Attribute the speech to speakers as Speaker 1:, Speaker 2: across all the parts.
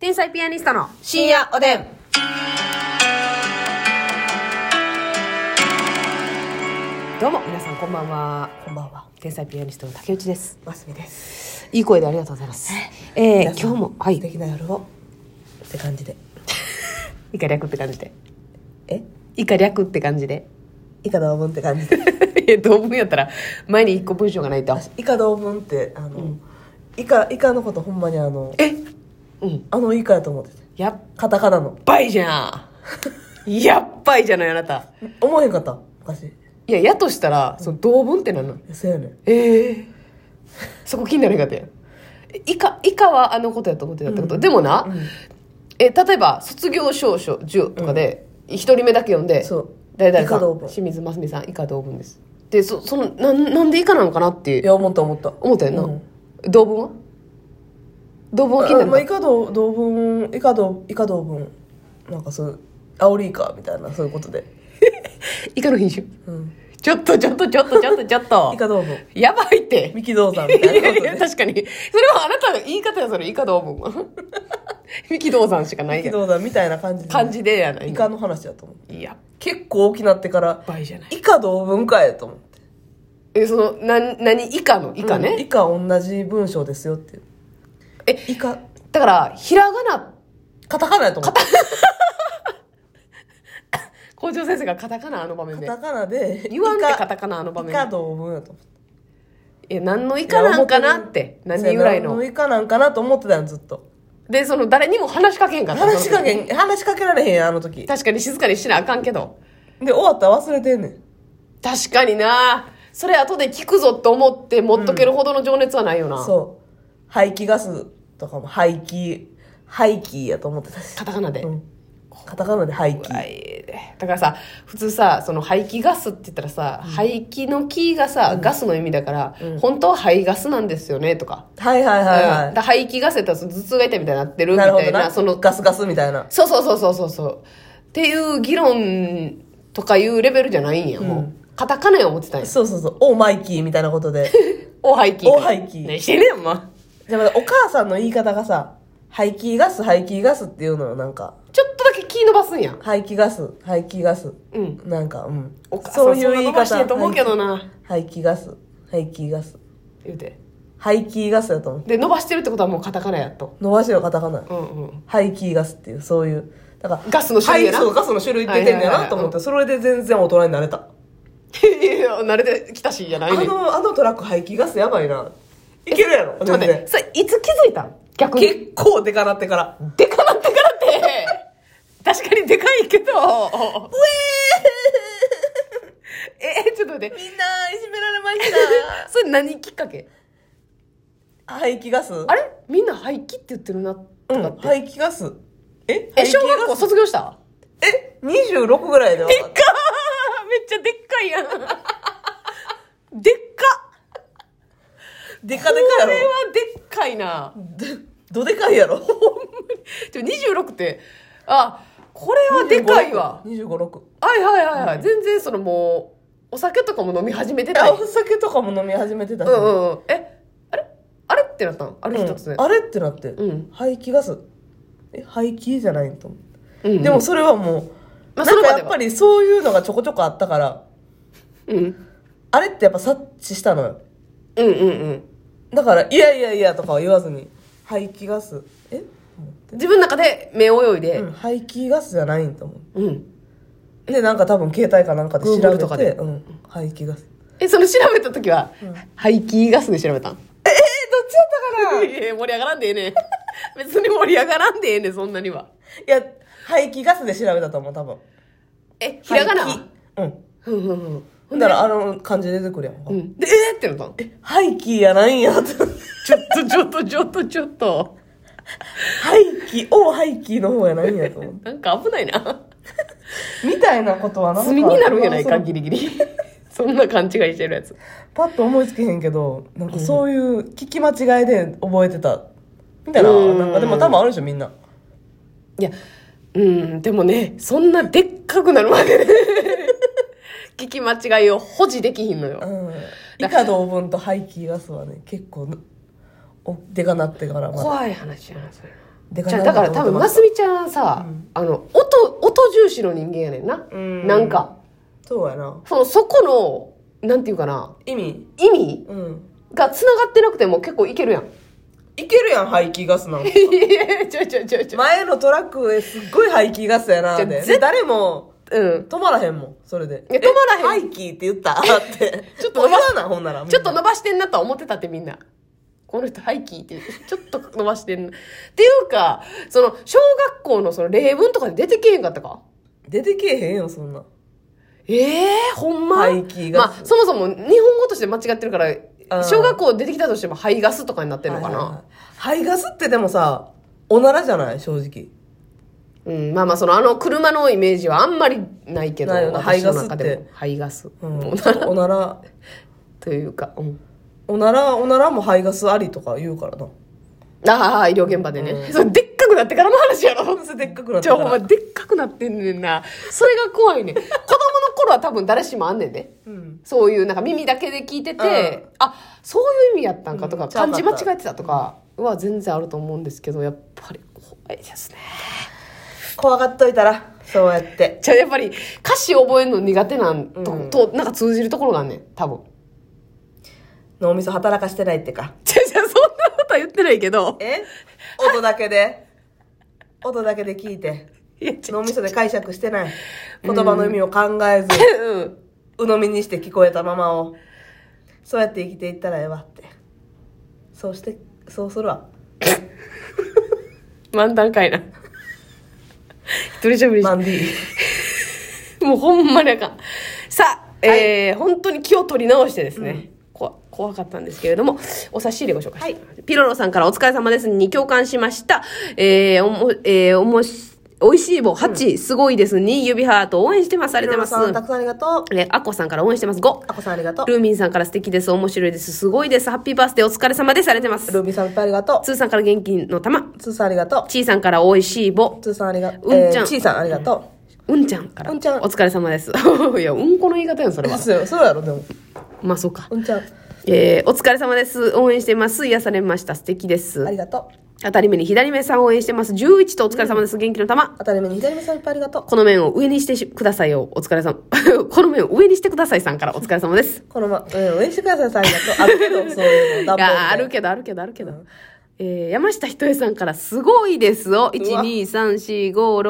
Speaker 1: 天才ピアニストの
Speaker 2: 深夜おでん。
Speaker 1: どうも皆さんこんばんは
Speaker 2: こんばんは。
Speaker 1: 天才ピアニストの竹内です
Speaker 2: ますみです。
Speaker 1: いい声でありがとうございますえー、今
Speaker 2: 皆
Speaker 1: 日
Speaker 2: さん
Speaker 1: もは
Speaker 2: 素
Speaker 1: い
Speaker 2: 敵な夜を。って感じで。
Speaker 1: 以下略って感じで
Speaker 2: え
Speaker 1: 以下略って感じで
Speaker 2: 以下同文って感じ で。
Speaker 1: いや同文やったら前に一個文章がないと
Speaker 2: 以下同文って、あの、以下、以下のことほんまにあの、
Speaker 1: えうん
Speaker 2: あの以下やと思ってて。
Speaker 1: やっ
Speaker 2: カタカナの。
Speaker 1: ばいじゃん やっばいじゃないあなた
Speaker 2: 思えへんかった昔。
Speaker 1: いややとしたらその同文ってなんなの
Speaker 2: そうやねん。
Speaker 1: ええそこ気にならへんかったやんえ以下以下はあのことやと思ってたってこと、でもな、え例えば卒業証書10とかで一人目だけ読んで、
Speaker 2: そう
Speaker 1: 誰々さ
Speaker 2: 以下同
Speaker 1: ん
Speaker 2: 文
Speaker 1: 清水真澄さん以下同文ですでそそのなんなんで以下なのかなってい
Speaker 2: いうや、思った思った。
Speaker 1: 思ったよな、
Speaker 2: うん
Speaker 1: 同文は同文は気に
Speaker 2: あ
Speaker 1: な
Speaker 2: まあ、
Speaker 1: る
Speaker 2: 以下同同文、以下同、以下同文。なんかそう、煽り以下みたいな、そういうことで。
Speaker 1: 以下の品種
Speaker 2: うん。
Speaker 1: ちょっとちょっとちょっとちょっとちょっと
Speaker 2: 以下同文。
Speaker 1: やばいって
Speaker 2: 三木道山み
Speaker 1: い
Speaker 2: た
Speaker 1: や
Speaker 2: いないこと
Speaker 1: や
Speaker 2: で。
Speaker 1: 確かにそれはあなたの言い方やそれ以下同文 は三木道山しかない
Speaker 2: 三木
Speaker 1: やん
Speaker 2: 道山みたいな感じで。
Speaker 1: 感じでやない
Speaker 2: イ
Speaker 1: の
Speaker 2: カの話やと思う。
Speaker 1: いや
Speaker 2: 結構大きなってから、
Speaker 1: 倍じゃない
Speaker 2: 以下同文かえと思って。
Speaker 1: えそのな何以下の以下ね、
Speaker 2: うん以下同じ文章ですよっていう。
Speaker 1: え
Speaker 2: 以下、
Speaker 1: だからひらがな
Speaker 2: カタカナやと思って。
Speaker 1: 校長先生がカタカナあの場面
Speaker 2: カ
Speaker 1: で
Speaker 2: タカナで、
Speaker 1: 言わんで
Speaker 2: イカ
Speaker 1: カタカナあの場面
Speaker 2: 以
Speaker 1: で
Speaker 2: 下同文やと思って。
Speaker 1: え何の以下なんかなって何由来
Speaker 2: そうやな何
Speaker 1: の
Speaker 2: の以下なんかなと思ってたんずっと。
Speaker 1: でその誰にも話しかけへんかった
Speaker 2: 話しかけ
Speaker 1: その
Speaker 2: ん、話しかけられへんやん、あの時。
Speaker 1: 時
Speaker 2: で、
Speaker 1: 確かに静かにしなあかんけど
Speaker 2: 終わったら忘れてんねん。
Speaker 1: 確かになそれ後で聞くぞと思って持っとけるほどの情熱はないよな、
Speaker 2: そう。排気ガスとかも排気、排気やと思ってたし。
Speaker 1: カタカナで、
Speaker 2: うん。カタカナで排気。
Speaker 1: はいだからさ普通さその排気ガスって言ったらさ、排気の気がさ、ガスの意味だから、本当は排ガスなんですよねとか,、
Speaker 2: はいはい
Speaker 1: うん
Speaker 2: はい
Speaker 1: だ
Speaker 2: は
Speaker 1: から排気ガスやったらその頭痛が痛いみたいになってる
Speaker 2: い。
Speaker 1: み
Speaker 2: なるほ
Speaker 1: た
Speaker 2: ど
Speaker 1: いな
Speaker 2: な。
Speaker 1: その
Speaker 2: ガスガスみたいな。
Speaker 1: そうそうそうそうそうそうっていう議論とかいうレベルじゃないんや、もうカタカナや思ってたんや
Speaker 2: そうそうそう。オーマイキーみたいなこ とで。
Speaker 1: お排気
Speaker 2: お排気
Speaker 1: ねしてねえんま
Speaker 2: じゃあまだお母さんの言い方がさ、排気ガス、排気ガスっていうのよ、なんか。
Speaker 1: ちょっとだけ気伸ばすんや
Speaker 2: 排気ガス、排気ガス。
Speaker 1: うん
Speaker 2: なんか、うん。
Speaker 1: お母さんそういう言い方してんと思うけど
Speaker 2: 排
Speaker 1: な、
Speaker 2: 気排気ガス、排気ガス。
Speaker 1: 言うて
Speaker 2: 排気ガスだと思う。
Speaker 1: で伸ばしてるってことはもうカタカナやと
Speaker 2: 伸ばしろカタカナ。
Speaker 1: うんうん
Speaker 2: 排気ガスっていう、そういう。だから、
Speaker 1: ガスの種類やな
Speaker 2: はいそう、ガスの種類出てんだよ
Speaker 1: はいはいはいは
Speaker 2: ないと思って、それで全然大人になれた。
Speaker 1: いやいや慣れてきたしじゃな
Speaker 2: あ
Speaker 1: いねん
Speaker 2: の、あのトラック排気ガスやばいな。いけるやろ、
Speaker 1: ちょっ
Speaker 2: 全
Speaker 1: と待って、
Speaker 2: 然。
Speaker 1: それいつ気づいたん逆に。
Speaker 2: 結構デカなってから。
Speaker 1: でかなってからって。確かにでかいけど。えー、ちょっと待って。
Speaker 2: みんないじめられま
Speaker 1: それ何きっかけ
Speaker 2: 排気ガス
Speaker 1: あれみんな廃棄って言ってるなと
Speaker 2: う
Speaker 1: かっ
Speaker 2: ん、
Speaker 1: て。
Speaker 2: 排気ガス。え
Speaker 1: え、小学校卒業した
Speaker 2: え ?26 ぐらいで分かった。
Speaker 1: めっちゃでっかいやん。でっか
Speaker 2: でか
Speaker 1: こ
Speaker 2: で
Speaker 1: れ
Speaker 2: か
Speaker 1: は
Speaker 2: やろ。
Speaker 1: でっかいな。
Speaker 2: でどでかいやろ。
Speaker 1: ちょ、26って、 あ、これはでかいわ。
Speaker 2: 25、6。
Speaker 1: はいはいはいはい。全然そのもう、お酒とかも飲み始めて
Speaker 2: い
Speaker 1: た
Speaker 2: や
Speaker 1: よ
Speaker 2: お酒とかも飲み始めてたし。
Speaker 1: うんうんうん。え、あれあれってなったのある日突然。
Speaker 2: あれってなって、
Speaker 1: うん
Speaker 2: 排気ガス。え、排気じゃないんと思って。
Speaker 1: うんうん
Speaker 2: でも、それはもう、
Speaker 1: まあ
Speaker 2: なん
Speaker 1: それま
Speaker 2: か
Speaker 1: では
Speaker 2: やっぱりそういうのがちょこちょこあったから、
Speaker 1: うん。
Speaker 2: あれってやっぱ察知したのよ。
Speaker 1: うんうんうん。
Speaker 2: だから、いやいやいやとかは言わずに、排気ガス。え
Speaker 1: 自分の中で目泳いで
Speaker 2: う、ん、排気ガスじゃないんと思って。
Speaker 1: うん。
Speaker 2: で、なんか多分携帯かなんかで調
Speaker 1: Google
Speaker 2: べ
Speaker 1: とか
Speaker 2: て、
Speaker 1: で
Speaker 2: うん、排気ガス。
Speaker 1: え、その調べた時は、排気ガスで調べたん
Speaker 2: えー、どっちやった かない
Speaker 1: やいや盛り上がらんでええねん。 別に盛り上がらんでええねん、そんなには。
Speaker 2: や、排気ガスで調べたと思う、多分。
Speaker 1: え、ひらがな
Speaker 2: 排気うん。
Speaker 1: ふんふんふん。
Speaker 2: ほんだら、あの漢字出てくるやんか。
Speaker 1: うん。で、えーってなったの
Speaker 2: 排気やないんやって。
Speaker 1: ちょっと、ちょっと、ちょっと、ちょっと。
Speaker 2: 排気、を排気の方やないんやと思う。
Speaker 1: なんか危ないな。
Speaker 2: みたいなことはなんか。
Speaker 1: 罪になるんやないか、
Speaker 2: まあそ
Speaker 1: ギリギリ。 そんな勘違いしてるやつ。
Speaker 2: うパッと思いつけへんけど、なんかそういう聞き間違いで覚えてた。みたいな。
Speaker 1: うん
Speaker 2: なんかでも多分あるでしょ、みんな。
Speaker 1: いや、うん、でもね、そんなでっかくなるまで、ね、 聞き間違いを保持できひんの
Speaker 2: う
Speaker 1: よ。
Speaker 2: ん。以下同文と排気ガスはね、結構、おでかなってからまだ
Speaker 1: 怖い話やな、それ。
Speaker 2: で
Speaker 1: じゃあだから多分ますみちゃんはさ、あの音音重視の人間やねんな、
Speaker 2: ん
Speaker 1: なんか
Speaker 2: そうやな
Speaker 1: そのそこのなんていうかな
Speaker 2: 意味
Speaker 1: 意味
Speaker 2: うん
Speaker 1: がつながってなくても結 構いけるやん
Speaker 2: いけるやん排気ガスなんか
Speaker 1: いやちょいちょいちょいちょい
Speaker 2: 前のトラックへすっごい排気ガスやなって
Speaker 1: じゃあ
Speaker 2: で誰も
Speaker 1: うん
Speaker 2: 止まらへんもんそれで
Speaker 1: いや止まらへん
Speaker 2: え排気って言ったって
Speaker 1: ちょっと
Speaker 2: 止まらなほんなら
Speaker 1: ちょっと伸ばしてんなとは思ってたってみんなこの人ハイキーってちょっと伸ばしてんなっていうかその小学校のその例文とかで出てけえへんかったか
Speaker 2: 出てけえへんよそんな
Speaker 1: ええほんま
Speaker 2: 排気ガス
Speaker 1: まあ、そもそも日本語として間違ってるから
Speaker 2: ー
Speaker 1: 小学校出てきたとしても排ガスとかになってるのかな、
Speaker 2: はいはいはい排ガスってでもさおならじゃない正直
Speaker 1: うん、まあまあそのあの車のイメージはあんまりないけど
Speaker 2: ないよな
Speaker 1: 私の中でも
Speaker 2: 排ガスって
Speaker 1: 排ガス、
Speaker 2: うん
Speaker 1: もうな
Speaker 2: おなら
Speaker 1: というか、うん、
Speaker 2: おならおならも排ガスありとか言うから な
Speaker 1: ああ医療現場でね、それでっかくなってからの話やろ
Speaker 2: でっかくなっ
Speaker 1: じ
Speaker 2: た
Speaker 1: ゃあ
Speaker 2: か
Speaker 1: ほんま
Speaker 2: ら
Speaker 1: でっかくなってんねんなそれが怖いねん子供の頃は多分誰しもあんねんね
Speaker 2: うん
Speaker 1: そういうなんか耳だけで聞いてて、
Speaker 2: う
Speaker 1: あそういう意味やったんかとか、
Speaker 2: うんちゃう
Speaker 1: 漢
Speaker 2: かった
Speaker 1: 字間違えてたとかは全然あると思うんですけどやっぱり怖いですね
Speaker 2: 怖がっといたらそうやって
Speaker 1: じゃあやっぱり歌詞覚えるの苦手なんと,、となんか通じるところがあんねん多分。
Speaker 2: 脳みそ働かしてないってか
Speaker 1: じゃじゃそんなことは言ってないけど。
Speaker 2: え音だけで音だけで聞いて
Speaker 1: いや、 ちょ、
Speaker 2: 脳みそで解釈してない言葉の意味を考えず
Speaker 1: うん。
Speaker 2: 鵜呑みにして聞こえたままをそうやって生きていったらええわってそうしてそうするわ
Speaker 1: 漫談会な。 一人しゃべりし
Speaker 2: マンデ ィ
Speaker 1: もうほんまにあかん。さあ、えー本当に気を取り直してですね。こわ怖かったんですけれども、お差し入れご紹介します。ピロロさんからお疲れ様ですに共感しました。えー、おも、えー、おもし、美味しい棒8、すごいですに指ハート応援してます。ありがとうござ
Speaker 2: さ
Speaker 1: い
Speaker 2: んた
Speaker 1: ま
Speaker 2: くさんありがとう
Speaker 1: す。えー、アッコさんから応援してます5。
Speaker 2: あこさんありがとう
Speaker 1: ルーミンさんから素敵です。面白いです。すごいです。ハッピーバースデーお疲れ様です。ありがとうございます。
Speaker 2: ルービーさんいっぱいありがと
Speaker 1: つーさんから元気の玉
Speaker 2: うつーさんありがと
Speaker 1: ちーさんからおいしいぼ
Speaker 2: うつーさんありがとう
Speaker 1: うんちゃん
Speaker 2: えーちーさんありがと
Speaker 1: うんちゃんから
Speaker 2: うんちゃん
Speaker 1: お疲れ様です いやうんこの言い方やんそれ
Speaker 2: う
Speaker 1: は
Speaker 2: そうそうやろでも
Speaker 1: まあそうか、
Speaker 2: うんちゃん
Speaker 1: えーお疲れ様です応援してます癒されました素敵です
Speaker 2: ありがとう
Speaker 1: 当たり目に左目さん応援してます11とお疲れ様です元気の玉
Speaker 2: 当たり目に左目さんいっぱいありがとう
Speaker 1: この面を上にしてしくださいよお疲れ様 この面を上にしてくださいさんからお疲れ様です
Speaker 2: このまうん応援してくださいさんありがとうあるけどそういうの
Speaker 1: いやある
Speaker 2: け
Speaker 1: けどあるけどあるけど、えー山下ひとえさんから「すごいですを」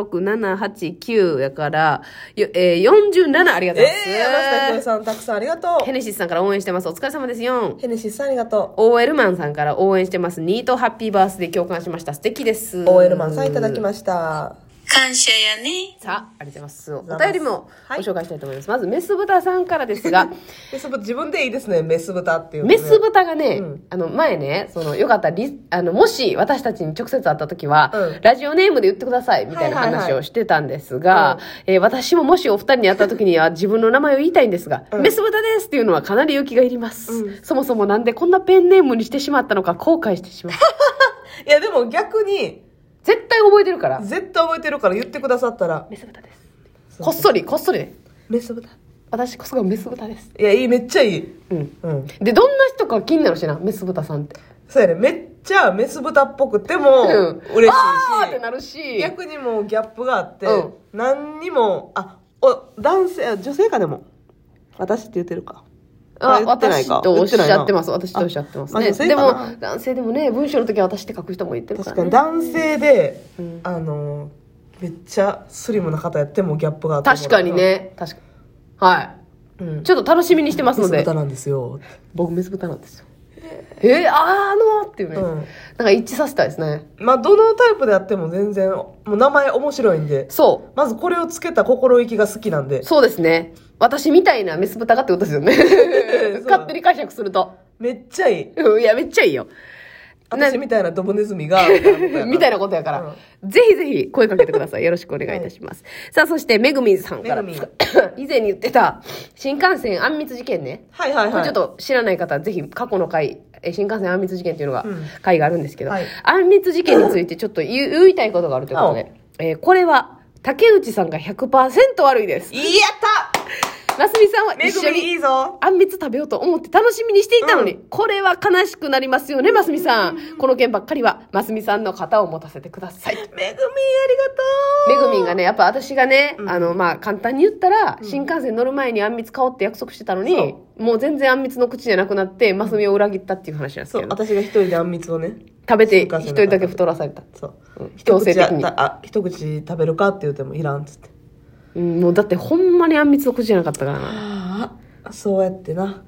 Speaker 1: 123456789やから、よえー、47ありがとうござ
Speaker 2: え
Speaker 1: います、
Speaker 2: え山下ひとりさんたくさんありがと
Speaker 1: ヘ
Speaker 2: う
Speaker 1: ネシスさんから応援してますお疲れ様です4
Speaker 2: ヘネシスさんありがと
Speaker 1: OL マンさんから応援してますニートハッピーバースデー共感しました素敵です
Speaker 2: う OL マンさんいただきました
Speaker 3: 感謝やね。
Speaker 1: さあありがとうございますお
Speaker 2: ざいます
Speaker 1: 便りもご
Speaker 2: はい
Speaker 1: 紹介したいと思います、まずメス豚さんからです が
Speaker 2: メス豚自分でいいですねメス豚っていうのね
Speaker 1: メス豚がね、
Speaker 2: うん
Speaker 1: あの前ねそのよかったらリあのもし私たちに直接会った時は、
Speaker 2: うん
Speaker 1: ラジオネームで言ってくださいみたいな
Speaker 2: はいはいはい
Speaker 1: 話をしてたんですが、えー私ももしお二人に会った時には自分の名前を言いたいんですが、
Speaker 2: うん
Speaker 1: メス豚ですっていうのはかなり勇気がいります、
Speaker 2: う
Speaker 1: そもそもなんでこんなペンネームにしてしまったのか後悔してし まう
Speaker 2: いやでも逆に
Speaker 1: 絶対覚えてるから
Speaker 2: 絶対覚えてるから言ってくださったら
Speaker 1: メス豚ですこっそりこっそりね
Speaker 2: メス豚
Speaker 1: 私こそがメス豚です
Speaker 2: いやいいめっちゃいい
Speaker 1: うん
Speaker 2: うん
Speaker 1: でどんな人か気になるしなメス豚さんって
Speaker 2: そうやねめっちゃメス豚っぽくても
Speaker 1: うん
Speaker 2: 嬉し
Speaker 1: あーっ
Speaker 2: い
Speaker 1: て
Speaker 2: し、
Speaker 1: なるし
Speaker 2: 逆にもうギャップがあって、
Speaker 1: うん
Speaker 2: 何にもあお男性あ女性かでも私って言ってるか
Speaker 1: あ
Speaker 2: 言ってない
Speaker 1: 私
Speaker 2: か
Speaker 1: とおっしゃってます
Speaker 2: 言
Speaker 1: 私
Speaker 2: な
Speaker 1: とおっしゃってます
Speaker 2: あ
Speaker 1: ね
Speaker 2: 女性
Speaker 1: で
Speaker 2: か
Speaker 1: も
Speaker 2: な
Speaker 1: 男性でもね文章の時は私って書く人も言ってるから
Speaker 2: 確か
Speaker 1: ね
Speaker 2: に男性で、
Speaker 1: うん
Speaker 2: あのめっちゃスリムな方やってもギャップがあって
Speaker 1: 確かに、ね確かには
Speaker 2: うん
Speaker 1: い、ちょっと楽しみにしてます
Speaker 2: メ
Speaker 1: の
Speaker 2: ス
Speaker 1: で
Speaker 2: 豚なんですよ、
Speaker 1: 僕メス豚なんですよえー、あーあのーっていうね、
Speaker 2: うん
Speaker 1: なんか一致させたいですね
Speaker 2: まあどのタイプであっても全然もう名前面白いんで
Speaker 1: そ
Speaker 2: まずこれをつけた心意気が好きなんで
Speaker 1: うそうですね私みたいなメス豚がってことです よね
Speaker 2: そう
Speaker 1: 勝手に解釈すると
Speaker 2: めっちゃいい
Speaker 1: うんいやめっちゃいいよな
Speaker 2: 私みたいなドブネズミが
Speaker 1: みたいなことやから、ぜひぜひ声かけてください。よろしくお願いいたし ます。さあ、そして、めぐみんさんから
Speaker 2: めぐみん、
Speaker 1: 以前に言ってた、新幹線あんみつ事件ね。
Speaker 2: はいはい
Speaker 1: こ
Speaker 2: は
Speaker 1: れ
Speaker 2: い
Speaker 1: ちょっと知らない方はぜひ過去の回、え新幹線あんみつ事件っていうのが、
Speaker 2: うん
Speaker 1: 回があるんですけど、
Speaker 2: はい
Speaker 1: あんみつ事件についてちょっと言う言いたいことがあるということで、えーこれは、竹内さんが100%悪いです。
Speaker 2: やった
Speaker 1: なすみさんは
Speaker 2: め
Speaker 1: 一
Speaker 2: ぐ
Speaker 1: 緒
Speaker 2: みい
Speaker 1: に
Speaker 2: いぞ
Speaker 1: あんみつ食べようと思って楽しみにしていたのに、
Speaker 2: う
Speaker 1: これは悲しくなりますよね、ますみさん。この件ばっかりは、ますみさんの肩を持たせてください。
Speaker 2: めぐみありがとう
Speaker 1: めぐみんがね、やっぱ私がね、
Speaker 2: うん
Speaker 1: あの、まあ、簡単に言ったら、新幹線乗る前にあんみつ買おうって約束してたのに、もう全然あんみつの口じゃなくなって、ますみを裏切ったっていう話なんです
Speaker 2: そ
Speaker 1: け
Speaker 2: う
Speaker 1: ど、
Speaker 2: 私が一人であんみつをね
Speaker 1: 食べて
Speaker 2: 新幹
Speaker 1: 一
Speaker 2: 線の
Speaker 1: 人だ
Speaker 2: 中で
Speaker 1: け太らされた。
Speaker 2: そう
Speaker 1: うん強制的に
Speaker 2: 一口ああ一口食べるかって言うてもいらんっつって
Speaker 1: うん、もうだってほんまにあんみつの口じゃなかったからな。
Speaker 2: ああそうやってな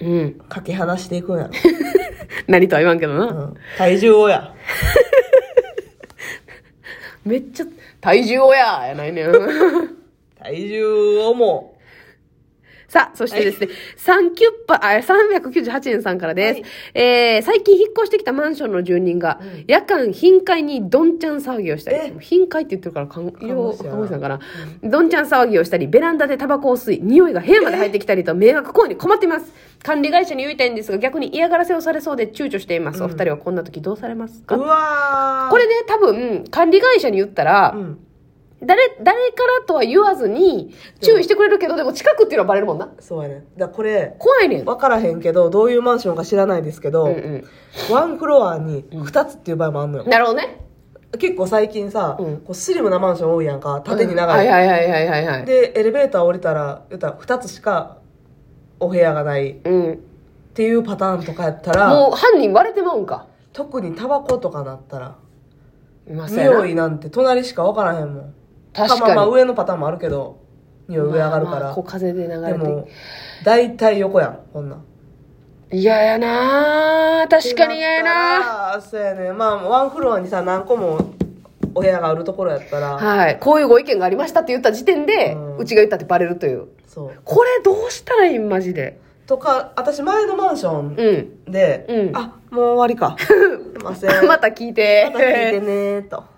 Speaker 1: うん。
Speaker 2: かけ離していく んや
Speaker 1: 何とは言わんけどな。
Speaker 2: ろ、うん、体重をや
Speaker 1: めっちゃ、体重をややないねん。
Speaker 2: 体重をも
Speaker 1: さあ、そしてですね、三キュッパ、あ、398円さんからです。
Speaker 2: は
Speaker 1: えー、最近引っ越してきたマンションの住人が、夜間頻回にどんちゃん騒ぎをしたり
Speaker 2: え、
Speaker 1: 頻回って言ってるから、看
Speaker 2: 護
Speaker 1: 護
Speaker 2: 師
Speaker 1: 師
Speaker 2: やな
Speaker 1: 看護師さんかな、どんちゃん騒ぎをしたり、ベランダでタバコを吸い、匂いが部屋まで入ってきたりと迷惑行為に困っています。 管理会社に言いたいんですが、逆に嫌がらせをされそうで躊躇しています。お二人はこんな時どうされます
Speaker 2: う
Speaker 1: か
Speaker 2: うわー
Speaker 1: これね、多分、管理会社に言ったら、
Speaker 2: うん
Speaker 1: 誰、誰からとは言わずに、注意してくれるけど、でも近くっていうのはバレるもんな。
Speaker 2: そうやねだからこれ
Speaker 1: 怖いねん。
Speaker 2: 分からへんけどどういうマンションか知らないですけど、
Speaker 1: うんうん
Speaker 2: ワンフロアに2つっていう場合もあんのよ、
Speaker 1: なるほどね。
Speaker 2: 結構最近さ、
Speaker 1: うん
Speaker 2: こうスリムなマンション多いやんか縦に長い、
Speaker 1: はいはいはいはいはいはい。
Speaker 2: でエレベーター降りたら言ったら2つしかお部屋がないっ
Speaker 1: うん。
Speaker 2: ていうパターンとかやったら
Speaker 1: もう犯人割れてまうんか。
Speaker 2: 特にタバコとかなったら
Speaker 1: まあそうやな
Speaker 2: 匂いなんて隣しか分からへんもん
Speaker 1: 確
Speaker 2: まあま
Speaker 1: か
Speaker 2: あ
Speaker 1: に。
Speaker 2: 上のパターンもあるけど匂い上上がるから、
Speaker 1: まあまあこう風で流れ
Speaker 2: で
Speaker 1: て。
Speaker 2: も大体横やんこんなん
Speaker 1: 嫌やなぁ確かに嫌やな
Speaker 2: あそうやねまあワンフロアにさ何個もお部屋があるところやったら、
Speaker 1: はい。こういうご意見がありましたって言った時点で、
Speaker 2: うん
Speaker 1: うちが言ったってバレるという。
Speaker 2: そう
Speaker 1: これどうしたらいいんマジで。
Speaker 2: とか私前のマンション
Speaker 1: うん。
Speaker 2: で、
Speaker 1: うん
Speaker 2: あもう終わりかすいません
Speaker 1: また聞いて。
Speaker 2: また聞いてねーと